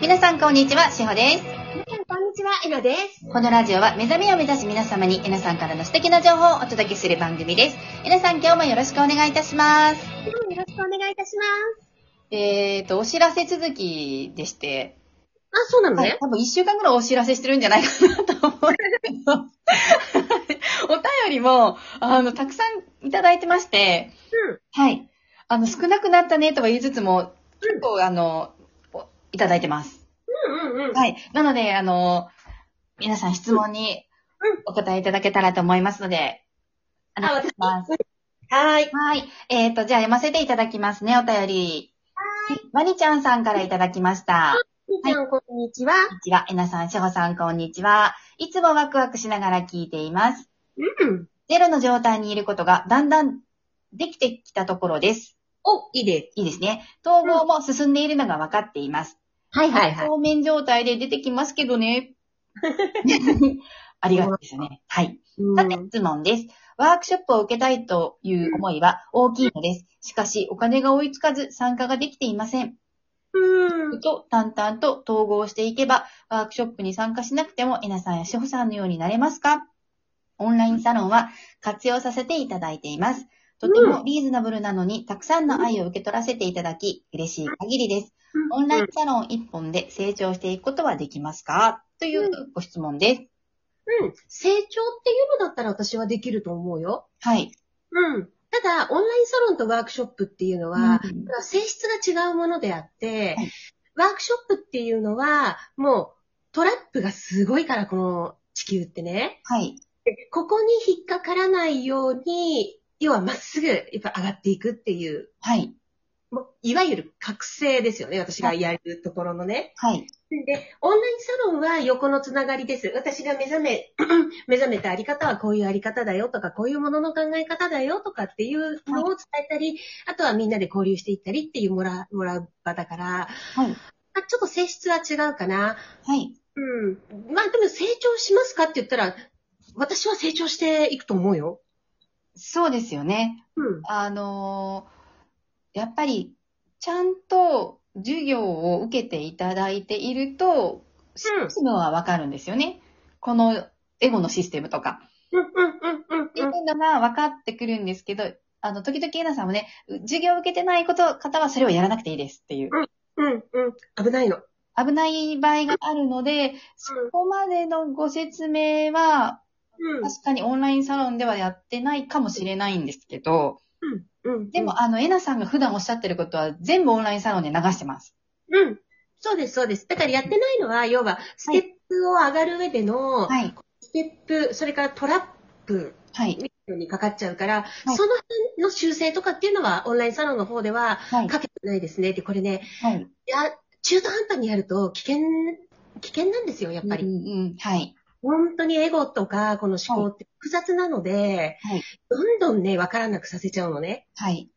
皆さんこんにちは、しほです。皆さん、こんにちは、えのです。このラジオは目覚めを目指す皆様に皆さんからの素敵な情報をお届けする番組です。皆さん今日もよろしくお願いいたします。今日もよろしくお願いいたしまえーと、お知らせ続きでして、す。あ、そうなのはねい。多分一週間ぐらいお知らせしてるんじゃないかなと思うんですけど、はいお便りも、あの、たくさんいただいてまして、うん。はい。あの、少なくなったねとは言いつつも、結構あの、おいただいてます。うん うんうん。はい。なので、あの、皆さん質問にうんお答えいただけたらと思いますので、お願いします。はーい。はい。えっ、と、じゃあ読ませていただきますね、お便り。まりちゃんさんからいただきました。みーちゃん、こんにちは。こんにちは。えなさん、しほさん、こんにちは。いつもワクワクしながら聞いています。うん。ゼロの状態にいることがだんだんできてきたところです。お、いいです。いいですね。統合も進んでいるのが分かっています。はいはいはい。表面状態で出てきますけどね。 ありがとうですよね。はい。うんさて、質問です。ワークショップを受けたいという思いは大きいのです。しかし、お金が追いつかず参加ができていません。うん。と、淡々と統合していけば、ワークショップに参加しなくても、えなさんやしほさんのようになれますかオンラインサロンは活用させていただいています。とてもリーズナブルなのに、たくさんの愛を受け取らせていただき、嬉しい限りです。オンラインサロン1本で成長していくことはできますかというご質問です。うん。成長っていうのだったら私はできると思うよ。はい。うん。ただ、オンラインサロンとワークショップっていうのは、うん性質が違うものであって、はいワークショップっていうのは、もう、トラップがすごいから、この地球ってね。はい。ここに引っかからないように、要はまっすぐやっぱ上がっていくっていう、はい。もういわゆる覚醒ですよね。私がやるところのね。はい。で、オンラインサロンは横のつながりです。私が目覚め、 目覚めたあり方はこういうあり方だよとか、こういうものの考え方だよとかっていうのを伝えたり、あとはみんなで交流していったりっていうもらもらう場だから、はい。あちょっと性質は違うかな。はい。うん。まあでも成長しますかって言ったら、私は成長していくと思うよ。そうですよね。うん。あのーやっぱり、ちゃんと授業を受けていただいていると、システムはわかるんですよね。このエゴのシステムとか。うんうんうんっていうのが分かってくるんですけど、あの、時々エナさんもね、授業を受けてないこと、方はそれをやらなくていいですっていう。うんうん。危ないの。危ない場合があるので、そこまでのご説明は、うん確かにオンラインサロンではやってないかもしれないんですけど、うんうん。で、も、あの、えなさんが普段おっしゃってることは、全部オンラインサロンで流してます。うん。そうです、そうです。だからやってないのは、要は、ステップを上がる上での、はい。ステップ、それからトラップはい。にかかっちゃうから、いその辺の修正とかっていうのは、オンラインサロンの方では、はい。かけてないですね。で、これね、はい。いや中途半端にやると、危険、危険なんですよ、やっぱり。うんうんうん。はい。本当にエゴとか、この思考って複雑なので、はいどんどんね、わからなくさせちゃうのね。はい。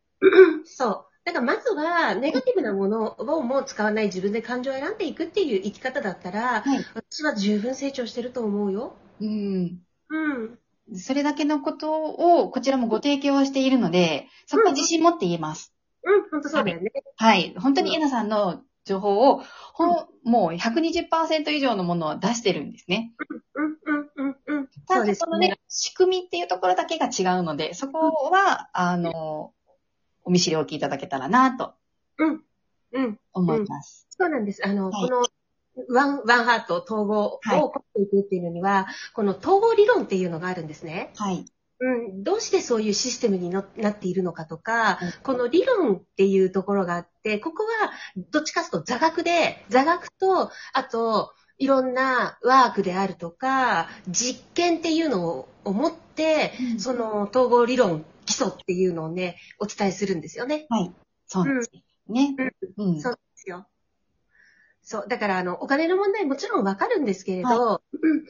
そう。だからまずは、ネガティブなものをもう使わない自分で感情を選んでいくっていう生き方だったら、はい私は十分成長してると思うよ。うん。うん。それだけのことを、こちらもご提供はしているので、そこは自信持って言えます。うん、本当そうだよね。はい。本当にえなさんの情報を、ほん、もう120%以上のものを出してるんですね。うん、うん、うん、うん。たそうだ、ですそのねね。、仕組みっていうところだけが違うので、そこは、あの、お見知りおきいただけたらなとうん。思います。そうなんです。あの、はいこの、ワン、ワンハート統合はいを起こしていくっていうのには、この統合理論っていうのがあるんですね。はい。うん。どうしてそういうシステムにのなっているのかとか、はいこの理論っていうところがあって、ここはどっちかというと座学で、座学と、あと、いろんなワークであるとか、実験っていうのを思って、うんその統合理論基礎っていうのをね、お伝えするんですよね。そうなんですね。うん。そうですよ。そう。だから、あの、お金の問題もちろんわかるんですけれど、うん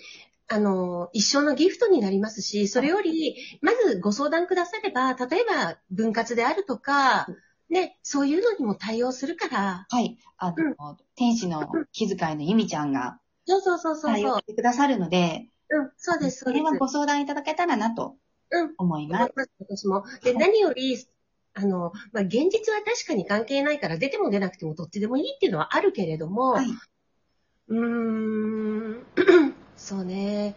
あの、一生のギフトになりますし、それより、まずご相談くだされば、例えば分割であるとか、ね、そういうのにも対応するから、はい。あの、天使の気遣いのゆみちゃんがそうそうそうそう対そ応うし。てくださるので、うん、そうです、そうこでれす。はご相談いただけたらなとうん思い思まいす。ます私も。で、何より、あの、まあ、現実は確かに関係ないから、出ても出なくてもどっちでもいいっていうのはあるけれども、はいうーん、 そうね。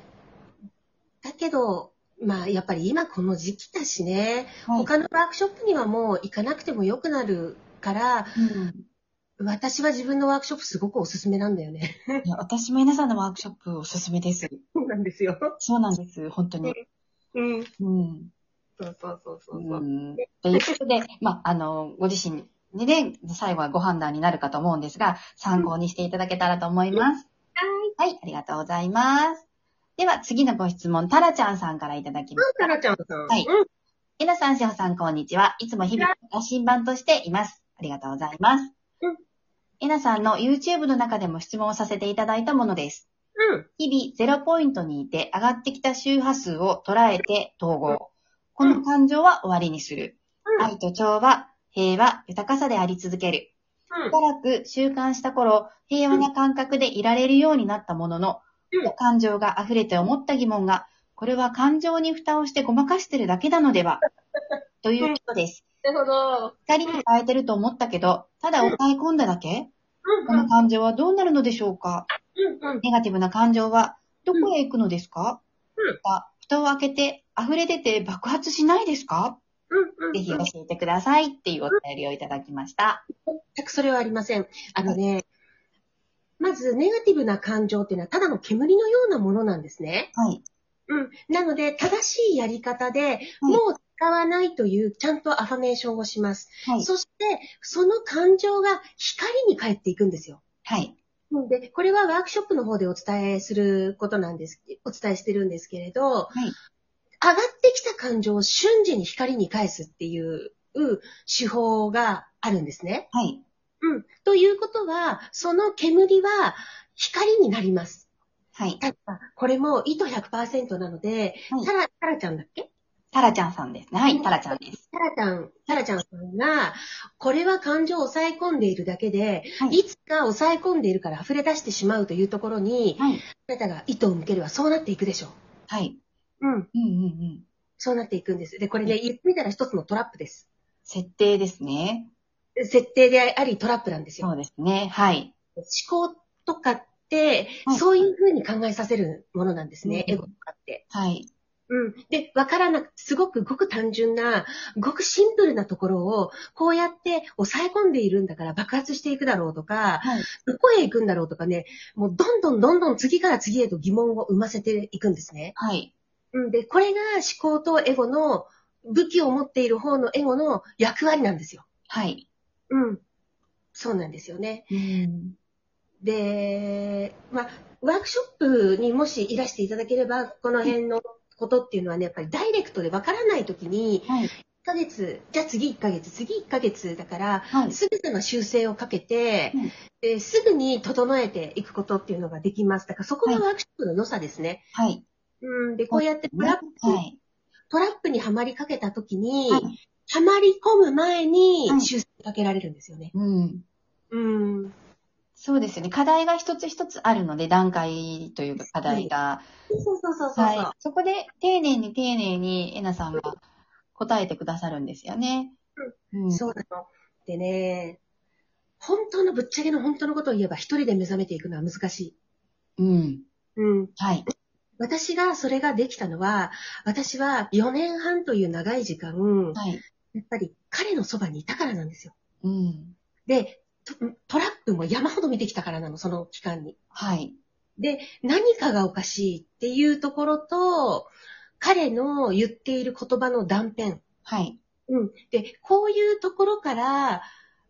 だけど、まあ、やっぱり今この時期だしね、はい他のワークショップにはもう行かなくても良くなるから、うん私は自分のワークショップすごくおすすめなんだよね。 いや私も皆さんのワークショップおすすめです。そうなんですよ。そうなんです、本当に。うん。うん。そうそうそうそううそう。ん。ということで、まあ、あの、ご自身でね、最後はご判断になるかと思うんですが、参考にしていただけたらと思います。はい、ありがとうございます。では、次のご質問、タラちゃんさんからいただきます。タラちゃんさん。はいうん。えなさん、しほさん、こんにちは。いつも日々、羅針盤としています。ありがとうございますうん。えなさんの YouTube の中でも質問をさせていただいたものです。うん。日々ゼロポイントにいて上がってきた周波数を捉えて統合。この感情は終わりにする。うん愛と調和、平和、豊かさであり続ける。うしんばらく習慣した頃、平和な感覚でいられるようになったもののうん、感情が溢れて思った疑問が、これは感情に蓋をしてごまかしてるだけなの ではということです。なるほど。光に変えてると思ったけど、ただ抑え込んだだけこうん。うのん。感情はどうなるのでしょうかうん。ネガティブな感情はどこへ行くのですか、うんあ蓋を開けて溢れ出て爆発しないですか、うん。うん。ぜひ教えてくださいっていうお便りをいただきました。全くそれはありません。あのね、まずネガティブな感情っていうのはただの煙のようなものなんですね。はい。うん。なので、正しいやり方で、もう使わないという、ちゃんとアファメーションをします。はい。そして、その感情が光に返っていくんですよ。はい。うんで、これはワークショップの方でお伝えすることなんです、お伝えしてるんですけれど、い上がってきた感情を瞬時に光に返すっていううん手法があるんですね。はい。うん。ということは、その煙は光になります。はい。ただ、これも意図100%なので、はいタラ、タラちゃんだっけタラちゃんさんですね。はい、タラちゃんです。タラちゃん、タラちゃんさんが、これは感情を抑え込んでいるだけで、はいい、つか抑え込んでいるから溢れ出してしまうというところに、はい。あなたが意図を向ければそうなっていくでしょはい。う。うん。うんうんうん。そうなっていくんです。で、これね、言ってみたら一つのトラップです。設定ですね。設定でありトラップなんですよ。そうですね。はい。思考とかっては、いそういうふうに考えさせるものなんですね、うんエゴとかって。はい。うん。で、わからなく、すごくごく単純な、ごくシンプルなところを、こうやって抑え込んでいるんだから爆発していくだろうとか、はい。どこへ行くんだろうとかね、もうどんどんどんどん次から次へと疑問を生ませていくんですね。はい。うん。で、これが思考とエゴの、武器を持っている方のエゴの役割なんですよ。はい。うん。そうなんですよね。うん。で、まあ、ワークショップにもしいらしていただければ、この辺のことっていうのはね、やっぱりダイレクトでわからないときに、はい。 1ヶ月、じゃあ次1ヶ月、次1ヶ月だから、はい。すべての修正をかけてうん、ですぐに整えていくことっていうのができます。だからそこがはワークショップの良さですね。はい。うん、で、こうやってトラップ、はい。トラップにはまりかけたときに、はい。はまり込む前にはい修正かけられるんですよね。うん。うん。そうですよね。課題が一つ一つあるので、段階というか課題が。そうそうそうそうそう。はい。そこで、丁寧に丁寧に、えなさんが答えてくださるんですよね。うんそうなの。でね、本当のぶっちゃけの本当のことを言えば一人で目覚めていくのは難しい。うん。うん。はい。私がそれができたのは、私は4年半という長い時間、はい。やっぱり彼のそばにいたからなんですよ。うん。で、トトラップも山ほど見てきたからなの、その期間に。はい。で、何かがおかしいっていうところと、彼の言っている言葉の断片。はい。うん。で、こういうところから、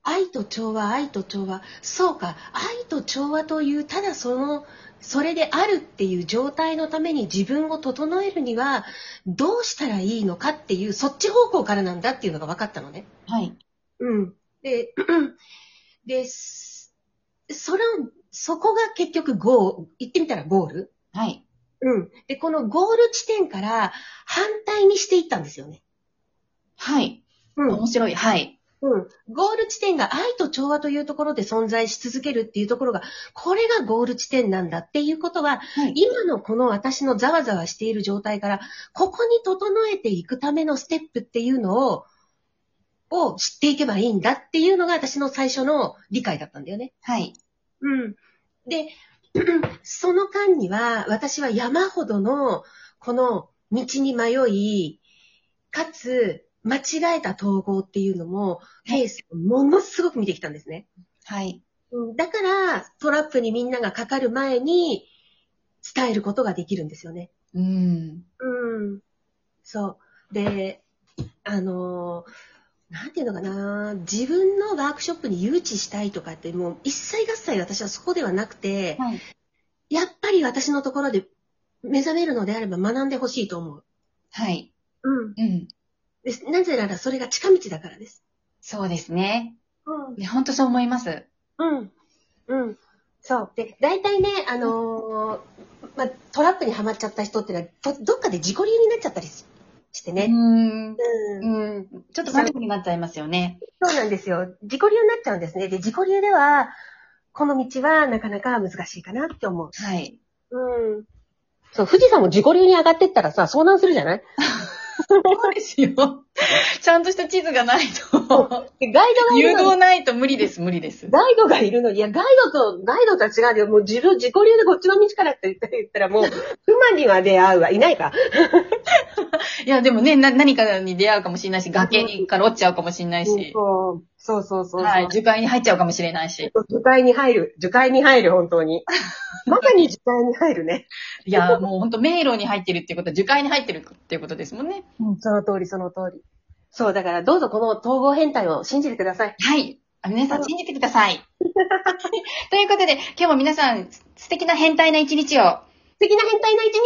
愛と調和、愛と調和。そうか、愛と調和という、ただその、それであるっていう状態のために自分を整えるには、どうしたらいいのかっていう、そっち方向からなんだっていうのが分かったのね。はい。うん。で、 で、すそれを、そこが結局ゴー、言ってみたらゴール。はい。うん。で、このゴール地点から反対にしていったんですよね。はい。うん。面白い。はい。うん。ゴール地点が愛と調和というところで存在し続けるっていうところが、これがゴール地点なんだっていうことは、はい。今のこの私のざわざわしている状態から、ここに整えていくためのステップっていうのを、を知っていけばいいんだっていうのが私の最初の理解だったんだよね。はい。うん。で、 その間には、私は山ほどの、この道に迷い、かつ、間違えた統合っていうのも、ケースをものすごく見てきたんですね。はい。うんだから、トラップにみんながかかる前に、伝えることができるんですよね。うん。うん。そう。で、あのーなんていうのかな、自分のワークショップに誘致したいとかって、もう一切合切私はそこではなくて、はい。やっぱり私のところで目覚めるのであれば学んでほしいと思う。はい。うん。うん。です。なぜならそれが近道だからです。そうですね。うん。いや本当そう思います。うん。うん。そう。で、大体ね、あのーまあ、トラップにはまっちゃった人ってのは、どどっかで自己流になっちゃったりししてうね。ん。うん。うん。ちょっと悪くなっちゃいますよね。そうなんですよ。自己流になっちゃうんですね。で、自己流では、この道はなかなか難しいかなって思う。はい。うん。そう、富士山も自己流に上がってったらさ、遭難するじゃないそうですよ。 ちゃんとした地図がないと。でガイドが い誘るのに導ないと無理です、無理です。ガイドがいるのに、いや、ガイドと、ガイドとは違うんだよ。もう自分、自己流でこっちの道からって言った言ったら、もう、熊には出会うわ。いないか。いや、でもね、な、何かに出会うかもしれないし、崖にから落ちちゃうかもしれないし、そうそうそうそう。はい、樹海に入っちゃうかもしれないし。樹海に入る。樹海に入る、本当に。まさに樹海に入るね。いや、もう本当迷路に入ってるっていうことは、樹海に入ってるっていうことですもんね。その通り、その通り。そう、だから、どうぞこの統合変態を信じてください。はい。あ皆さん信じてくださ い。ということで、今日も皆さん、す素敵な変態な一日を過素敵な変態な一日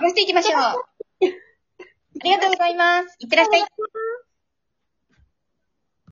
を ごしていきましょう。ありがとうございます。いってらっしゃい。い。